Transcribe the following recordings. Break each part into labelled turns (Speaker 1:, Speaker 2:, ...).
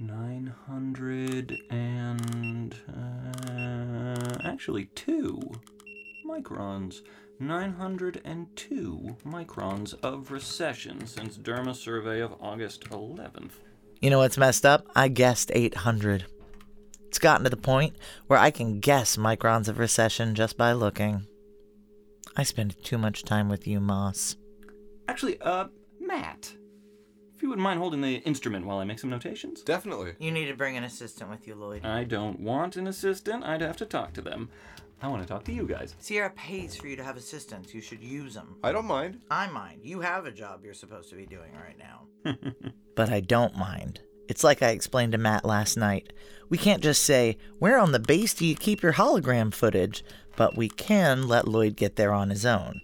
Speaker 1: Nine hundred and uh, actually two microns. 902 microns of recession since Derma survey of August 11th.
Speaker 2: You know what's messed up? I guessed 800. It's gotten to the point where I can guess microns of recession just by looking. I spend too much time with you, Moss.
Speaker 1: Actually, uh, Matt, if you wouldn't mind holding the instrument while I make some notations.
Speaker 3: Definitely.
Speaker 2: You need to bring an assistant with you, Lloyd.
Speaker 1: I don't want an assistant. I'd have to talk to them. I want to talk to you guys.
Speaker 2: Sierra pays for you to have assistants. You should use them.
Speaker 3: I don't mind.
Speaker 2: I mind. You have a job you're supposed to be doing right now. but I don't mind. It's like I explained to Matt last night. We can't just say, Where on the base do you keep your hologram footage? But we can let Lloyd get there on his own.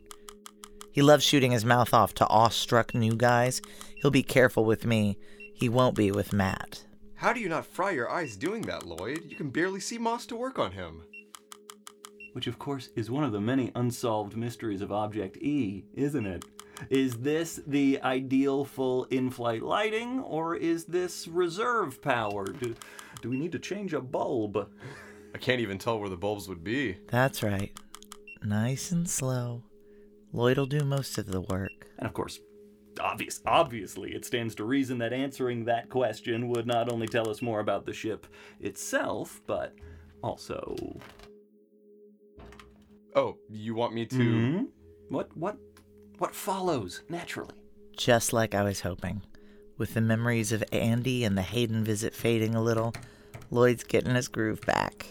Speaker 2: He loves shooting his mouth off to awestruck new guys. He'll be careful with me. He won't be with Matt.
Speaker 3: How do you not fry your eyes doing that, Lloyd? You can barely see Moss to work on him.
Speaker 1: Which, of course, is one of the many unsolved mysteries of Object E, isn't it? Is this the ideal full in flight lighting, or is this reserve power? Do, do we need to change a bulb?
Speaker 3: I can't even tell where the bulbs would be.
Speaker 2: That's right. Nice and slow. Lloyd will do most of the work.
Speaker 1: And of course, obvious, obviously, it stands to reason that answering that question would not only tell us more about the ship itself, but also.
Speaker 3: Oh, you want me to.
Speaker 1: Mhm. What what what follows naturally?
Speaker 2: Just like I was hoping. With the memories of Andy and the Hayden visit fading a little, Lloyd's getting his groove back.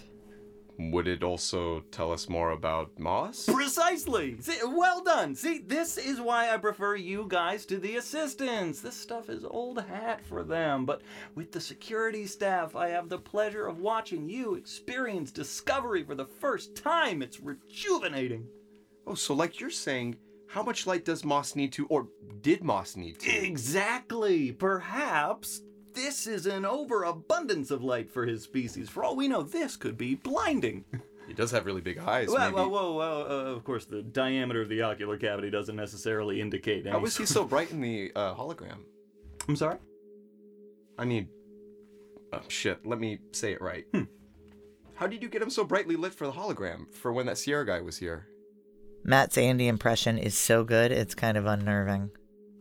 Speaker 3: Would it also tell us more about Moss?
Speaker 1: Precisely. See, well done. See, this is why I prefer you guys to the assistants. This stuff is old hat for them, but with the security staff, I have the pleasure of watching you experience discovery for the first time. It's rejuvenating.
Speaker 3: Oh, so like you're saying, how much light does Moss need to, or did Moss need to?
Speaker 1: Exactly. Perhaps this is an overabundance of light for his species. For all we know, this could be blinding.
Speaker 3: He does have really big eyes.
Speaker 1: Well,
Speaker 3: maybe.
Speaker 1: well, well, well uh, of course, the diameter of the ocular cavity doesn't necessarily indicate. Any
Speaker 3: How is he so bright in the uh, hologram?
Speaker 1: I'm sorry.
Speaker 3: I need. Oh, shit. Let me say it right.
Speaker 1: Hmm.
Speaker 3: How did you get him so brightly lit for the hologram for when that Sierra guy was here?
Speaker 2: Matt's Andy impression is so good, it's kind of unnerving.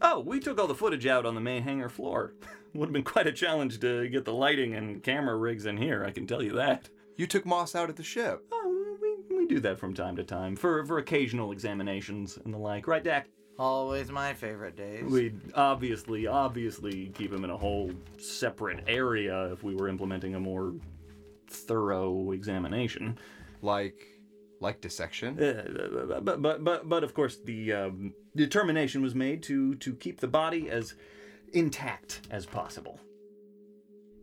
Speaker 1: Oh, we took all the footage out on the main hangar floor. Would have been quite a challenge to get the lighting and camera rigs in here. I can tell you that.
Speaker 3: You took Moss out of the ship.
Speaker 1: Oh, we we do that from time to time for for occasional examinations and the like. Right, Dak?
Speaker 2: Always my favorite days.
Speaker 1: We'd obviously, obviously keep him in a whole separate area if we were implementing a more thorough examination.
Speaker 3: Like. Like dissection?
Speaker 1: Uh, but but but but of course the um, determination was made to to keep the body as intact as possible.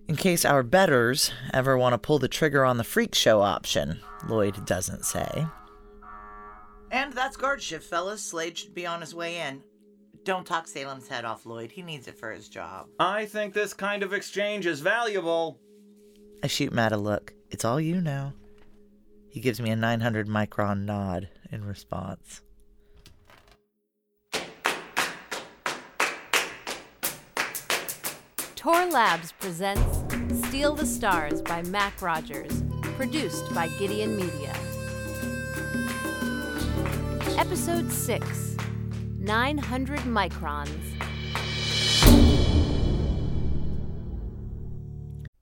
Speaker 2: In case our betters ever want to pull the trigger on the freak show option, Lloyd doesn't say. And that's guard shift, fellas. Slade should be on his way in. Don't talk Salem's head off, Lloyd. He needs it for his job.
Speaker 1: I think this kind of exchange is valuable.
Speaker 2: I shoot Matt a look. It's all you now. He gives me a 900 micron nod in response.
Speaker 4: Tor Labs presents Steal the Stars by Mac Rogers, produced by Gideon Media. Episode 6 900 Microns.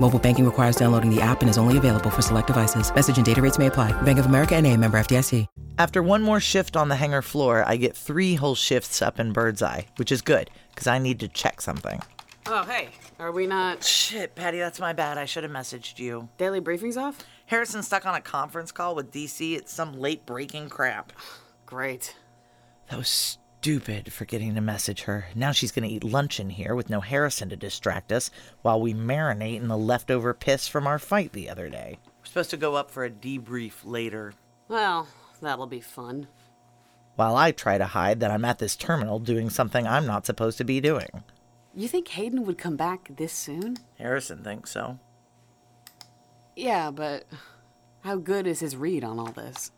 Speaker 5: Mobile banking requires downloading the app and is only available for select devices. Message and data rates may apply. Bank of America and a member FDIC.
Speaker 2: After one more shift on the hangar floor, I get three whole shifts up in bird's eye, which is good, because I need to check something.
Speaker 6: Oh, hey. Are we not.
Speaker 2: Shit, Patty, that's my bad. I should have messaged you.
Speaker 6: Daily briefings off?
Speaker 2: Harrison's stuck on a conference call with DC. It's some late breaking crap.
Speaker 6: Great.
Speaker 2: That was stupid forgetting to message her. Now she's going to eat lunch in here with no Harrison to distract us while we marinate in the leftover piss from our fight the other day. We're supposed to go up for a debrief later.
Speaker 6: Well, That'll be fun.
Speaker 2: While I try to hide that I'm at this terminal doing something I'm not supposed to be doing.
Speaker 6: You think Hayden would come back this soon?
Speaker 2: Harrison thinks so.
Speaker 6: Yeah, but how good is his read on all this?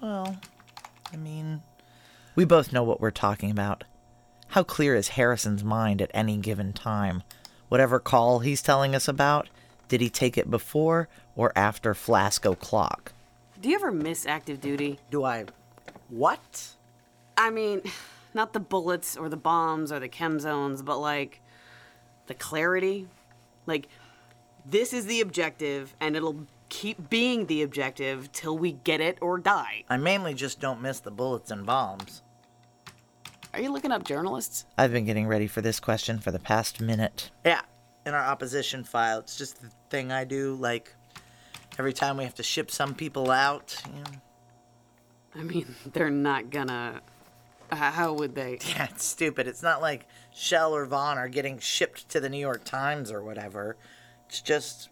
Speaker 2: Well, I mean. We both know what we're talking about. How clear is Harrison's mind at any given time? Whatever call he's telling us about, did he take it before or after Flask o'clock?
Speaker 6: Do you ever miss active duty?
Speaker 2: Do I. What?
Speaker 6: I mean, not the bullets or the bombs or the chem zones, but like the clarity. Like, this is the objective, and it'll keep being the objective till we get it or die.
Speaker 2: I mainly just don't miss the bullets and bombs.
Speaker 6: Are you looking up journalists?
Speaker 2: I've been getting ready for this question for the past minute. Yeah, in our opposition file, it's just the thing I do, like every time we have to ship some people out. You know.
Speaker 6: I mean, they're not gonna. h- How would they?
Speaker 2: Yeah, it's stupid. It's not like Shell or Vaughn are getting shipped to the New York Times or whatever. It's just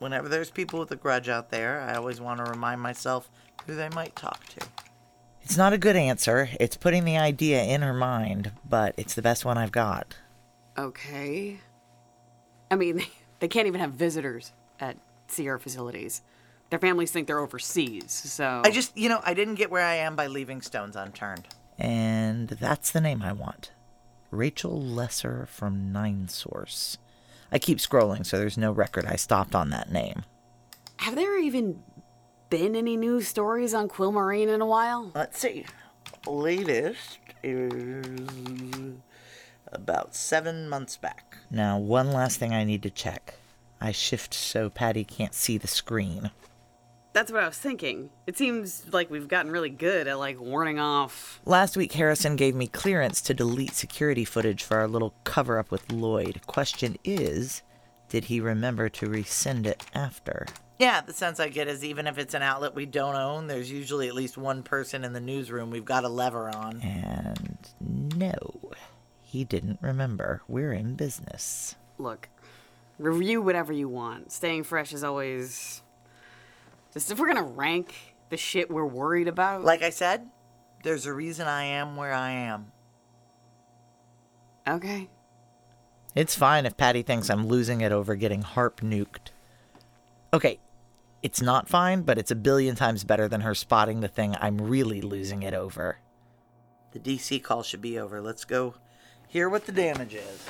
Speaker 2: whenever there's people with a grudge out there, I always want to remind myself who they might talk to. It's not a good answer. It's putting the idea in her mind, but it's the best one I've got.
Speaker 6: Okay. I mean, they, they can't even have visitors at Sierra facilities. Their families think they're overseas, so.
Speaker 2: I just, you know, I didn't get where I am by leaving stones unturned. And that's the name I want Rachel Lesser from Nine Source. I keep scrolling, so there's no record I stopped on that name.
Speaker 6: Have there even been any news stories on Quillmarine in a while?
Speaker 2: Let's see. Latest is about seven months back. Now, one last thing I need to check. I shift so Patty can't see the screen.
Speaker 6: That's what I was thinking. It seems like we've gotten really good at like warning off.
Speaker 2: Last week, Harrison gave me clearance to delete security footage for our little cover up with Lloyd. Question is, did he remember to rescind it after? Yeah, the sense I get is even if it's an outlet we don't own, there's usually at least one person in the newsroom we've got a lever on. And no, he didn't remember. We're in business.
Speaker 6: Look, review whatever you want. Staying fresh is always. Just if we're gonna rank the shit we're worried about.
Speaker 2: Like I said, there's a reason I am where I am.
Speaker 6: Okay.
Speaker 2: It's fine if Patty thinks I'm losing it over getting harp nuked. Okay, it's not fine, but it's a billion times better than her spotting the thing I'm really losing it over. The DC call should be over. Let's go hear what the damage is.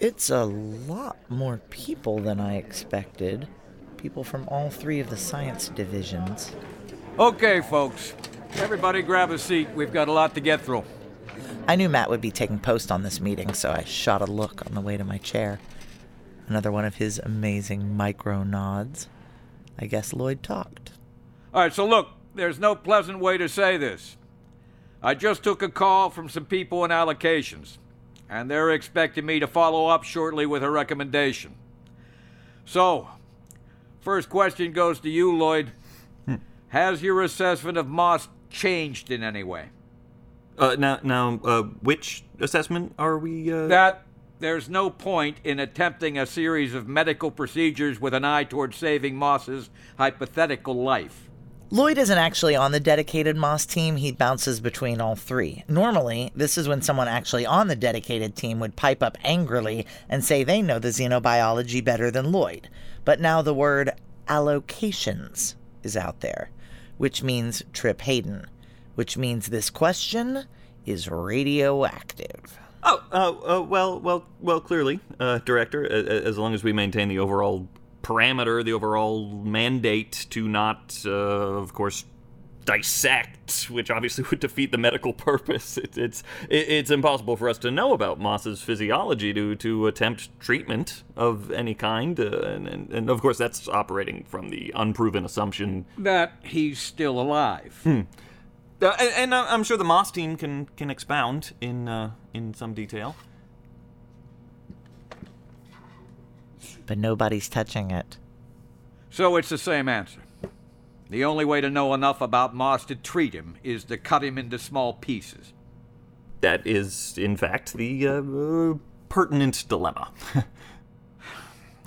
Speaker 2: It's a lot more people than I expected. People from all three of the science divisions.
Speaker 7: Okay, folks. Everybody grab a seat. We've got a lot to get through.
Speaker 2: I knew Matt would be taking post on this meeting, so I shot a look on the way to my chair. Another one of his amazing micro nods. I guess Lloyd talked.
Speaker 7: All right, so look, there's no pleasant way to say this. I just took a call from some people in allocations, and they're expecting me to follow up shortly with a recommendation. So, first question goes to you, Lloyd. Has your assessment of Moss changed in any way?
Speaker 8: Uh, now, now, uh, which assessment are we? Uh...
Speaker 7: that there's no point in attempting a series of medical procedures with an eye toward saving Moss's hypothetical life.
Speaker 2: Lloyd isn't actually on the dedicated Moss team, he bounces between all three. Normally, this is when someone actually on the dedicated team would pipe up angrily and say they know the xenobiology better than Lloyd. But now the word allocations is out there, which means Trip Hayden, which means this question is radioactive.
Speaker 8: Oh, uh, uh, well, well, well. Clearly, uh, director, a- a- as long as we maintain the overall parameter, the overall mandate to not, uh, of course, dissect, which obviously would defeat the medical purpose. It, it's it, it's impossible for us to know about Moss's physiology to to attempt treatment of any kind, uh, and, and and of course that's operating from the unproven assumption
Speaker 7: That he's still alive.
Speaker 8: Uh, and, and I- I'm sure the Moss team can can expound in uh, in some detail.
Speaker 2: But nobody's touching it.
Speaker 7: So it's the same answer. The only way to know enough about Moss to treat him is to cut him into small pieces.
Speaker 8: That is, in fact, the uh, uh, pertinent dilemma.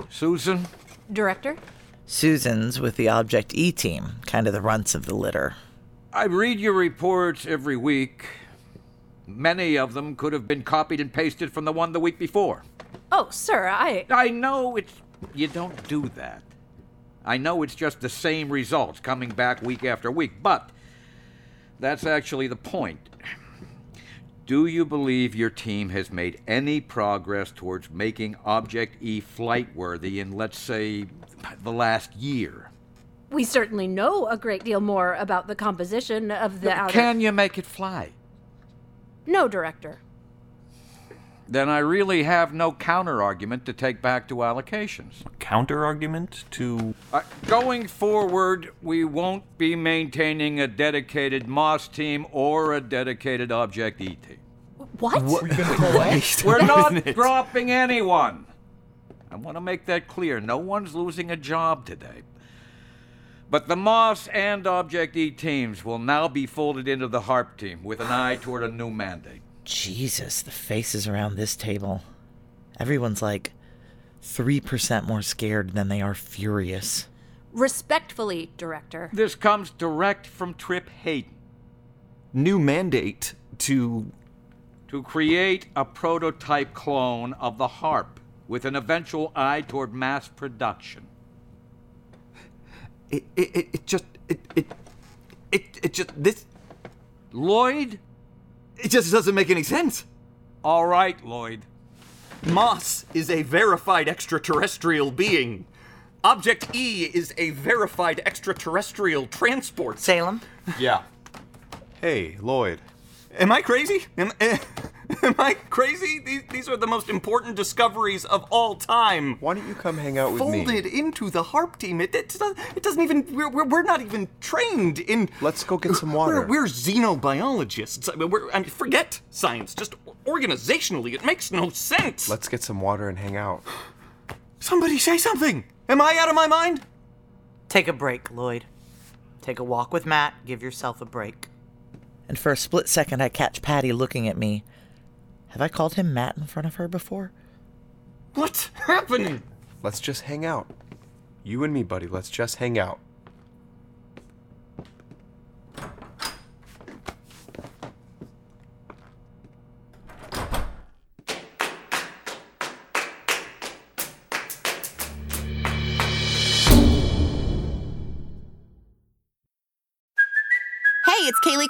Speaker 7: Susan,
Speaker 4: Director?
Speaker 2: Susan's with the Object E team, kind of the runts of the litter.
Speaker 7: I read your reports every week. Many of them could have been copied and pasted from the one the week before.
Speaker 4: Oh, sir, I.
Speaker 7: I know it's. You don't do that. I know it's just the same results coming back week after week, but that's actually the point. Do you believe your team has made any progress towards making Object E flight worthy in, let's say, the last year?
Speaker 4: We certainly know a great deal more about the composition of the outer.
Speaker 7: Can you make it fly?
Speaker 4: No, director.
Speaker 7: Then I really have no counter argument to take back to allocations.
Speaker 1: Counter argument to
Speaker 7: Uh, going forward, we won't be maintaining a dedicated Moss team or a dedicated Object E team.
Speaker 4: What?
Speaker 7: We're not
Speaker 1: Isn't it?
Speaker 7: dropping anyone. I want to make that clear. No one's losing a job today. But the Moss and Object E teams will now be folded into the HARP team with an eye toward a new mandate.
Speaker 2: Jesus, the faces around this table. Everyone's like 3% more scared than they are furious.
Speaker 4: Respectfully, director.
Speaker 7: This comes direct from Trip Hayden
Speaker 1: new mandate to
Speaker 7: to create a prototype clone of the HARP with an eventual eye toward mass production.
Speaker 1: it, it, it, it just it, it it it just this
Speaker 7: Lloyd?
Speaker 1: it just doesn't make any sense.
Speaker 7: All right, Lloyd.
Speaker 1: Moss is a verified extraterrestrial being. Object E is a verified extraterrestrial transport.
Speaker 2: Salem?
Speaker 9: Yeah. Hey, Lloyd.
Speaker 1: Am I crazy? Am, eh, am I crazy? These, these are the most important discoveries of all time.
Speaker 9: Why don't you come hang out with
Speaker 1: Folded
Speaker 9: me?
Speaker 1: into the harp team. It, it, doesn't- it doesn't even. We're, we're, we're not even trained in.
Speaker 9: Let's go get some water.
Speaker 1: We're, we're xenobiologists. I mean, we're, I mean, forget science. Just organizationally, it makes no sense.
Speaker 9: Let's get some water and hang out.
Speaker 1: Somebody say something. Am I out of my mind?
Speaker 10: Take a break, Lloyd. Take a walk with Matt. Give yourself a break.
Speaker 2: And for a split second, I catch Patty looking at me. Have I called him Matt in front of her before?
Speaker 1: What's happening?
Speaker 9: Let's just hang out. You and me, buddy. Let's just hang out.
Speaker 11: Hey, it's Kaylee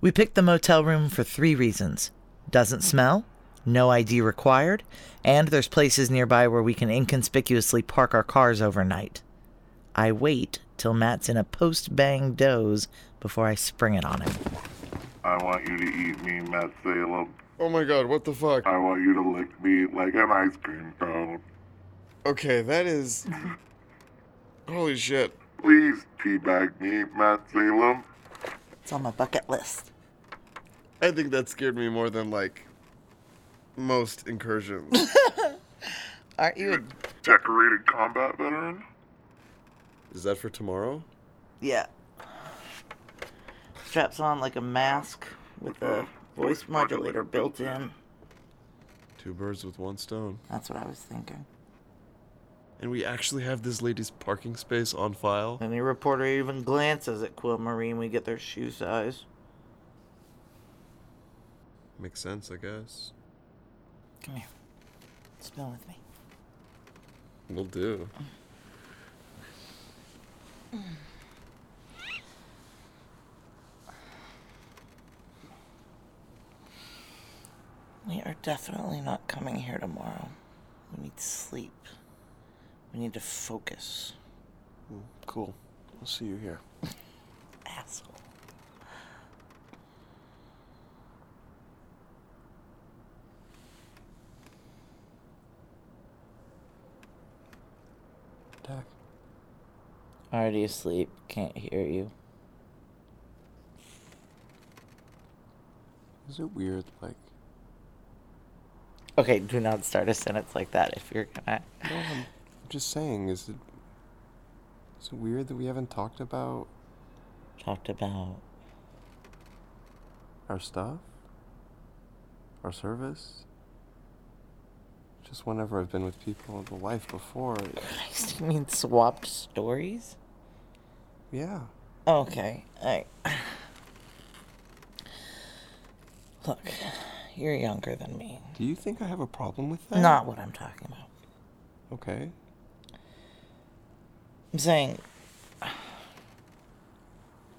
Speaker 2: We picked the motel room for three reasons doesn't smell, no ID required, and there's places nearby where we can inconspicuously park our cars overnight. I wait till Matt's in a post bang doze before I spring it on him.
Speaker 12: I want you to eat me, Matt Salem.
Speaker 13: Oh my god, what the fuck?
Speaker 12: I want you to lick me like an ice cream cone.
Speaker 13: Okay, that is. Holy shit.
Speaker 12: Please teabag me, Matt Salem.
Speaker 14: It's on my bucket list.
Speaker 13: I think that scared me more than, like, most incursions.
Speaker 14: Aren't you? A,
Speaker 12: Decorated combat veteran?
Speaker 13: is that for tomorrow?
Speaker 14: yeah. Straps on like a mask with a voice modulator built in.
Speaker 13: Two birds with one stone.
Speaker 14: That's what I was thinking.
Speaker 13: And we actually have this lady's parking space on file?
Speaker 14: Any reporter even glances at Quill Marine, we get their shoe size.
Speaker 13: Makes sense, I guess.
Speaker 14: Come here. Spell with me.
Speaker 13: Will do.
Speaker 15: We are definitely not coming here tomorrow. We need sleep. We need to focus.
Speaker 2: Mm, Cool. I'll see you here.
Speaker 15: Asshole.
Speaker 14: Already asleep. Can't hear you.
Speaker 2: Is it weird? Like,
Speaker 14: Okay, do not start a sentence like that if you're gonna.
Speaker 2: no, I'm I'm just saying, is it. Is it weird that we haven't talked about.
Speaker 14: Talked about.
Speaker 2: Our stuff? Our service? Just whenever I've been with people in the life before. it-
Speaker 14: You mean swapped stories?
Speaker 2: Yeah.
Speaker 14: Okay. I Look, you're younger than me.
Speaker 2: Do you think I have a problem with that?
Speaker 14: Not what I'm talking about.
Speaker 2: Okay.
Speaker 14: I'm saying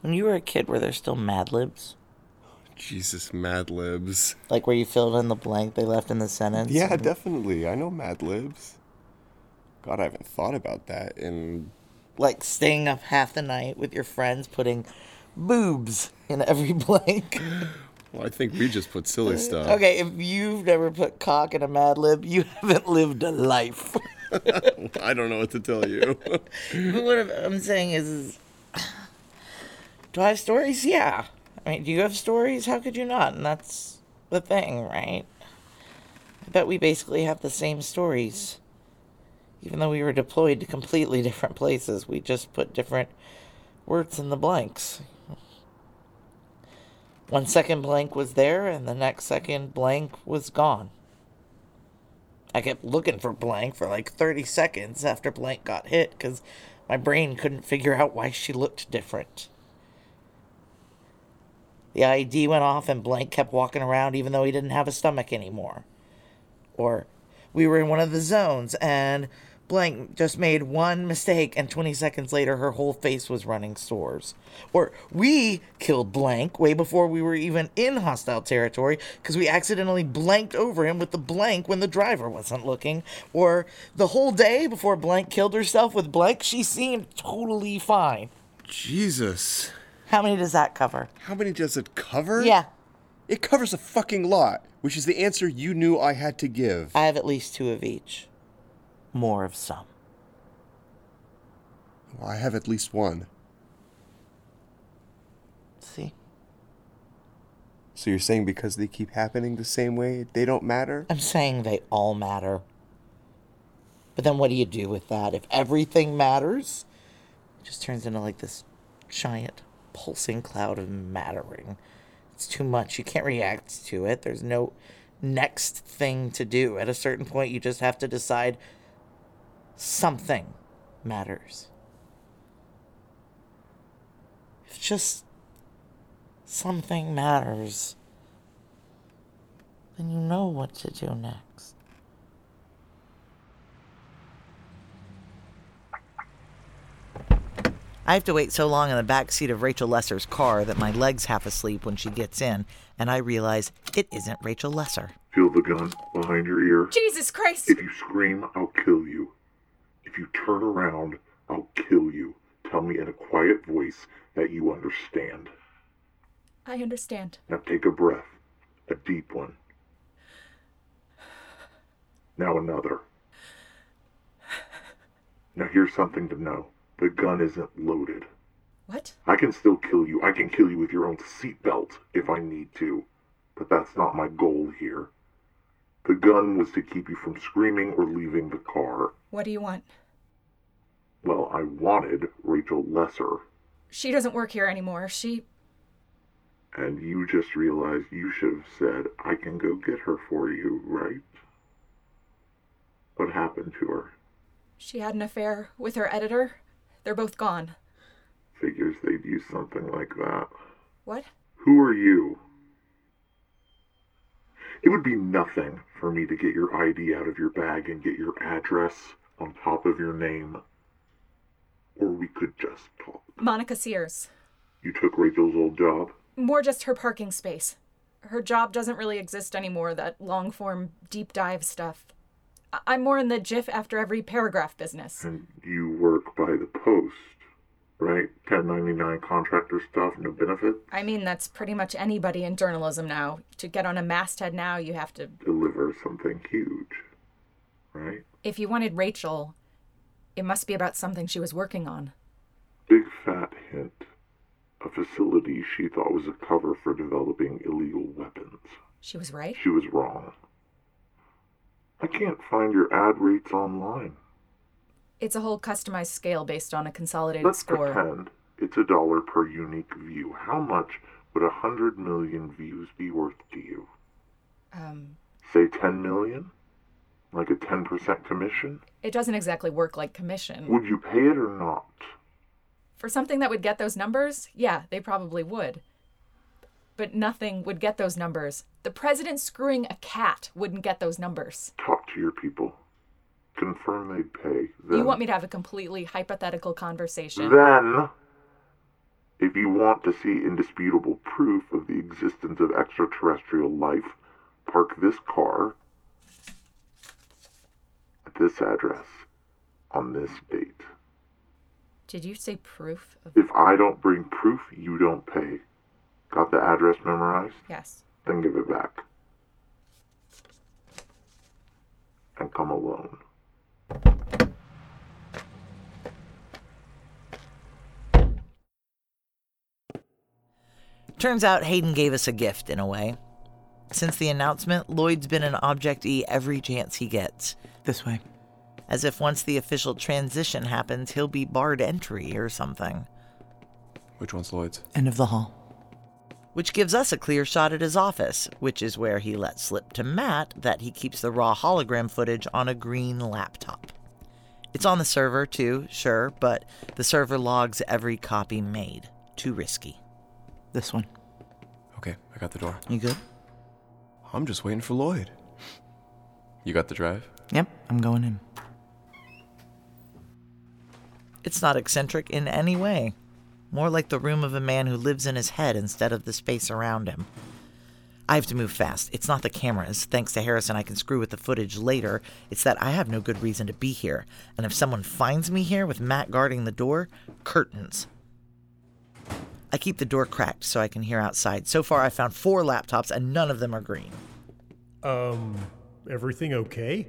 Speaker 14: when you were a kid were there still mad libs?
Speaker 13: Jesus, Mad Libs.
Speaker 14: Like where you filled in the blank they left in the sentence?
Speaker 13: Yeah,
Speaker 14: and-
Speaker 13: definitely. I know Mad Libs. God, I haven't thought about that in.
Speaker 14: Like staying up half the night with your friends putting boobs in every blank.
Speaker 13: Well, I think we just put silly stuff.
Speaker 14: Okay, if you've never put cock in a mad lib, you haven't lived a life.
Speaker 13: I don't know what to tell you.
Speaker 14: what I'm- I'm saying is, is, do I have stories? Yeah. I mean, do you have stories? How could you not? And that's the thing, right? I bet we basically have the same stories. Even though we were deployed to completely different places, we just put different words in the blanks. One second blank was there, and the next second blank was gone. I kept looking for blank for like 30 seconds after blank got hit because my brain couldn't figure out why she looked different. The ID went off and blank kept walking around even though he didn't have a stomach anymore. Or we were in one of the zones and blank just made one mistake and 20 seconds later her whole face was running sores. Or we killed blank way before we were even in hostile territory because we accidentally blanked over him with the blank when the driver wasn't looking. Or the whole day before blank killed herself with blank, she seemed totally fine.
Speaker 13: Jesus.
Speaker 14: How many does that cover?
Speaker 13: How many does it cover?
Speaker 14: Yeah.
Speaker 13: It covers a fucking lot, which is the answer you knew I had to give.
Speaker 14: I have at least two of each. More of some.
Speaker 13: Well, I have at least one.
Speaker 14: See?
Speaker 13: So you're saying because they keep happening the same way, they don't matter?
Speaker 14: I'm saying they all matter. But then what do you do with that? If everything matters, it just turns into like this giant pulsing cloud of mattering. It's too much. You can't react to it. There's no next thing to do. At a certain point, you just have to decide something matters. If just something matters, then you know what to do next. I have to wait so long in the back seat of Rachel Lesser's car that my leg's half asleep when she gets in, and I realize it isn't Rachel Lesser.
Speaker 12: Feel the gun behind your ear.
Speaker 16: Jesus Christ!
Speaker 12: If you scream, I'll kill you. If you turn around, I'll kill you. Tell me in a quiet voice that you understand.
Speaker 16: I understand.
Speaker 12: Now take a breath, a deep one. Now another. Now here's something to know the gun isn't loaded.
Speaker 16: What?
Speaker 12: I can still kill you. I can kill you with your own seatbelt if I need to. But that's not my goal here. The gun was to keep you from screaming or leaving the car.
Speaker 16: What do you want?
Speaker 12: Well, I wanted Rachel Lesser,
Speaker 16: She doesn't work here anymore. She.
Speaker 12: and you just realized you should have said, I can go get her for you, right? What happened to her?
Speaker 16: she had an affair with her editor. They're both gone.
Speaker 12: Figures they'd use something like that.
Speaker 16: What?
Speaker 12: Who are you? It would be nothing for me to get your ID out of your bag and get your address on top of your name. Or we could just talk.
Speaker 16: Monica Sears.
Speaker 12: You took Rachel's old job.
Speaker 16: More just her parking space. Her job doesn't really exist anymore, that long form, deep dive stuff. I- I'm more in the GIF after every paragraph business.
Speaker 12: And you work by the post, right? 1099 contractor stuff, no benefit.
Speaker 16: I mean, that's pretty much anybody in journalism now. To get on a masthead now, you have to.
Speaker 12: Deliver something huge, right?
Speaker 16: If you wanted Rachel, it must be about something she was working on.
Speaker 12: Big fat hint. A facility she thought was a cover for developing illegal weapons.
Speaker 16: She was right?
Speaker 12: She was wrong. I can't find your ad rates online.
Speaker 16: It's a whole customized scale based on a consolidated
Speaker 12: Let's
Speaker 16: score.
Speaker 12: pretend it's a dollar per unique view. How much would a hundred million views be worth to you?
Speaker 16: Um,
Speaker 12: Say ten million? Like a ten percent commission?
Speaker 16: it doesn't exactly work like commission.
Speaker 12: Would you pay it or not?
Speaker 16: For something that would get those numbers, yeah, they probably would. But nothing would get those numbers. The president screwing a cat wouldn't get those numbers.
Speaker 12: Talk to your people. Confirm they'd pay. Then,
Speaker 16: You want me to have a completely hypothetical conversation?
Speaker 12: then if you want to see indisputable proof of the existence of extraterrestrial life, park this car at this address on this date.
Speaker 16: Did you say proof of.
Speaker 12: If I don't bring proof, you don't pay. Got the address memorized?
Speaker 16: Yes.
Speaker 12: Then give it back. And come alone.
Speaker 2: Turns out Hayden gave us a gift in a way. Since the announcement, Lloyd's been an Object E every chance he gets.
Speaker 5: This way.
Speaker 2: As if once the official transition happens, he'll be barred entry or something.
Speaker 13: Which one's Lloyd's?
Speaker 5: End of the hall.
Speaker 2: Which gives us a clear shot at his office, which is where he let slip to Matt that he keeps the raw hologram footage on a green laptop. It's on the server too, sure, but the server logs every copy made. Too risky.
Speaker 5: This one.
Speaker 13: Okay, I got the door.
Speaker 2: You good?
Speaker 13: I'm just waiting for Lloyd. You got the drive?
Speaker 5: Yep, I'm going in.
Speaker 2: It's not eccentric in any way. More like the room of a man who lives in his head instead of the space around him. I have to move fast. It's not the cameras. Thanks to Harrison, I can screw with the footage later. It's that I have no good reason to be here. And if someone finds me here with Matt guarding the door, curtains. I keep the door cracked so I can hear outside. So far, I found four laptops and none of them are green.
Speaker 17: Um, everything okay?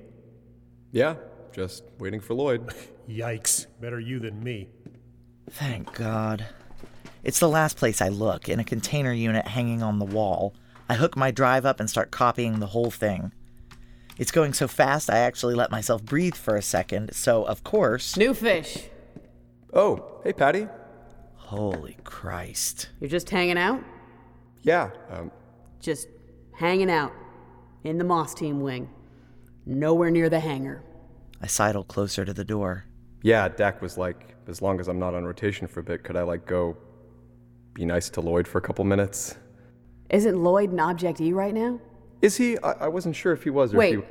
Speaker 13: Yeah, just waiting for Lloyd.
Speaker 17: Yikes. Better you than me.
Speaker 2: Thank God. It's the last place I look, in a container unit hanging on the wall. I hook my drive up and start copying the whole thing. It's going so fast, I actually let myself breathe for a second, so of course.
Speaker 6: New fish.
Speaker 13: Oh, hey, Patty.
Speaker 2: Holy Christ.
Speaker 6: You're just hanging out?
Speaker 13: Yeah. Um,
Speaker 6: Just hanging out in the Moss Team wing. Nowhere near the hangar.
Speaker 2: I sidle closer to the door.
Speaker 13: yeah, Dak was like, as long as I'm not on rotation for a bit, could I, like, go be nice to Lloyd for a couple minutes?
Speaker 6: Isn't Lloyd an Object E right now?
Speaker 13: Is he? I, I wasn't sure if he was or
Speaker 6: Wait.
Speaker 13: if he.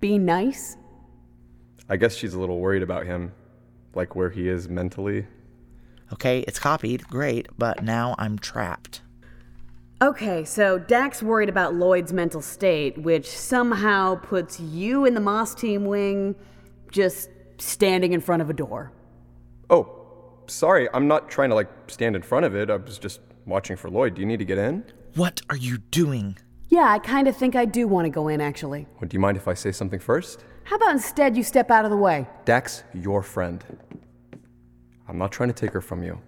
Speaker 6: Be nice?
Speaker 13: I guess she's a little worried about him, like where he is mentally.
Speaker 2: Okay, it's copied, great, but now I'm trapped.
Speaker 6: Okay, so Dak's worried about Lloyd's mental state, which somehow puts you in the Moss Team wing just standing in front of a door.
Speaker 13: Oh, sorry, I'm not trying to like stand in front of it. I was just watching for Lloyd. Do you need to get in?
Speaker 2: What are you doing?
Speaker 6: Yeah, I kind of think I do want to go in, actually.
Speaker 13: Well, do you mind if I say something first?
Speaker 6: How about instead you step out of the way?
Speaker 13: Dax, your friend. I'm not trying to take her from you.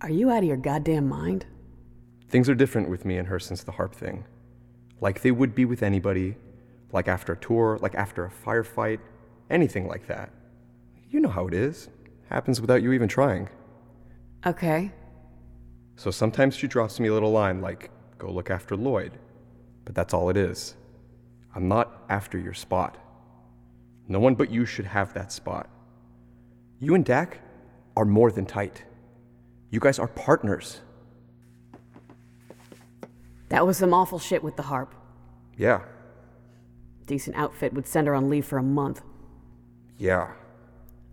Speaker 6: Are you out of your goddamn mind?
Speaker 13: Things are different with me and her since the harp thing. Like they would be with anybody, like after a tour, like after a firefight, anything like that. You know how it is. Happens without you even trying.
Speaker 6: Okay.
Speaker 13: So sometimes she drops me a little line like, go look after Lloyd. But that's all it is. I'm not after your spot. No one but you should have that spot. You and Dak are more than tight. You guys are partners.
Speaker 6: That was some awful shit with the harp.
Speaker 13: Yeah,
Speaker 6: Decent outfit would send her on leave for a month.
Speaker 13: yeah,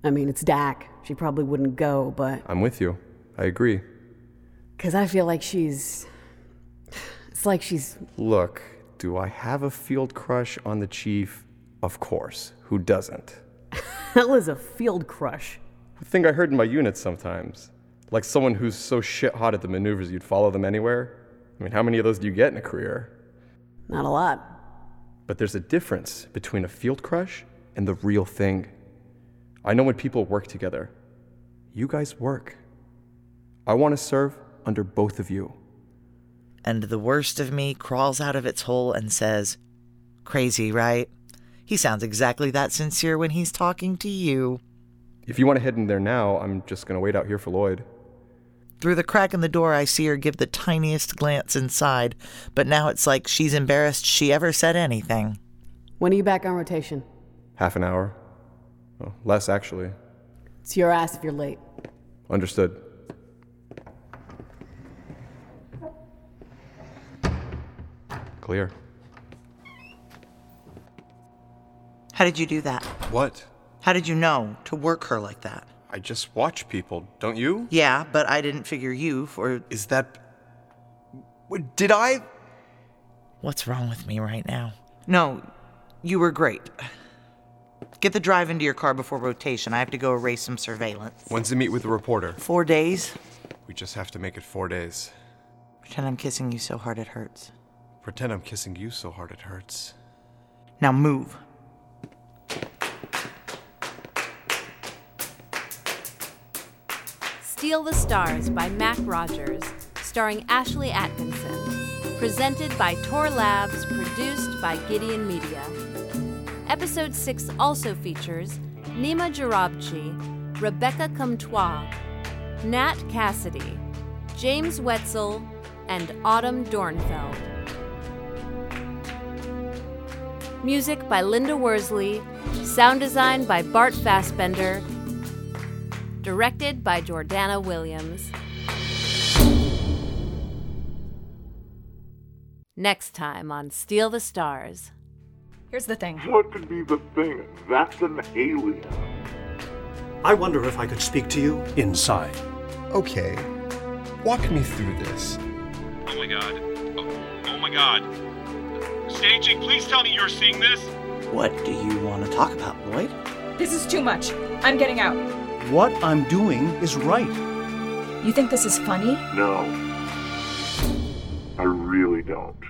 Speaker 6: I mean, it's Dak. She probably wouldn't go, but.
Speaker 13: I'm with you. I agree.
Speaker 6: Because I feel like she's. It's like she's.
Speaker 13: Look, do I have a field crush on the chief? Of course. Who doesn't?
Speaker 6: Hell is a field crush.
Speaker 13: The thing I heard in my unit sometimes. Like someone who's so shit hot at the maneuvers you'd follow them anywhere. I mean, how many of those do you get in a career?
Speaker 6: Not a lot.
Speaker 13: But there's a difference between a field crush and the real thing. I know when people work together. You guys work. I want to serve under both of you.
Speaker 2: and the worst of me crawls out of its hole and says, Crazy, right? He sounds exactly that sincere when he's talking to you.
Speaker 13: If you want to head in there now, I'm just going to wait out here for Lloyd.
Speaker 2: Through the crack in the door, I see her give the tiniest glance inside, but now it's like she's embarrassed she ever said anything.
Speaker 6: When are you back on rotation?
Speaker 13: Half an hour. Oh, less, actually.
Speaker 6: It's your ass if you're late.
Speaker 13: Understood. Clear.
Speaker 2: How did you do that?
Speaker 3: What?
Speaker 2: How did you know to work her like that?
Speaker 3: I just watch people, don't you?
Speaker 2: Yeah, but I didn't figure you for.
Speaker 3: Is that. Did I?
Speaker 2: What's wrong with me right now? No, you were great. Get the drive into your car before rotation. I have to go erase some surveillance.
Speaker 3: When's the meet with the reporter?
Speaker 2: Four days.
Speaker 3: We just have to make it four days.
Speaker 2: Pretend I'm kissing you so hard it hurts.
Speaker 3: Pretend I'm kissing you so hard it hurts.
Speaker 2: Now move.
Speaker 4: Steal the Stars by Mac Rogers, starring Ashley Atkinson. Presented by Tor Labs, produced by Gideon Media. Episode 6 also features Nima Jarabchi, Rebecca Comtois, Nat Cassidy, James Wetzel, and Autumn Dornfeld. Music by Linda Worsley, sound design by Bart Fassbender, directed by Jordana Williams. Next time on Steal the Stars.
Speaker 16: Here's the thing.
Speaker 12: What could be the thing? That's an alien.
Speaker 18: I wonder if I could speak to you inside.
Speaker 3: Okay. Walk me through this.
Speaker 19: Oh my god. Oh, oh my god. Staging, please tell me you're seeing this.
Speaker 14: What do you want to talk about, Lloyd?
Speaker 16: This is too much. I'm getting out.
Speaker 18: What I'm doing is right.
Speaker 16: You think this is funny?
Speaker 12: No. I really don't.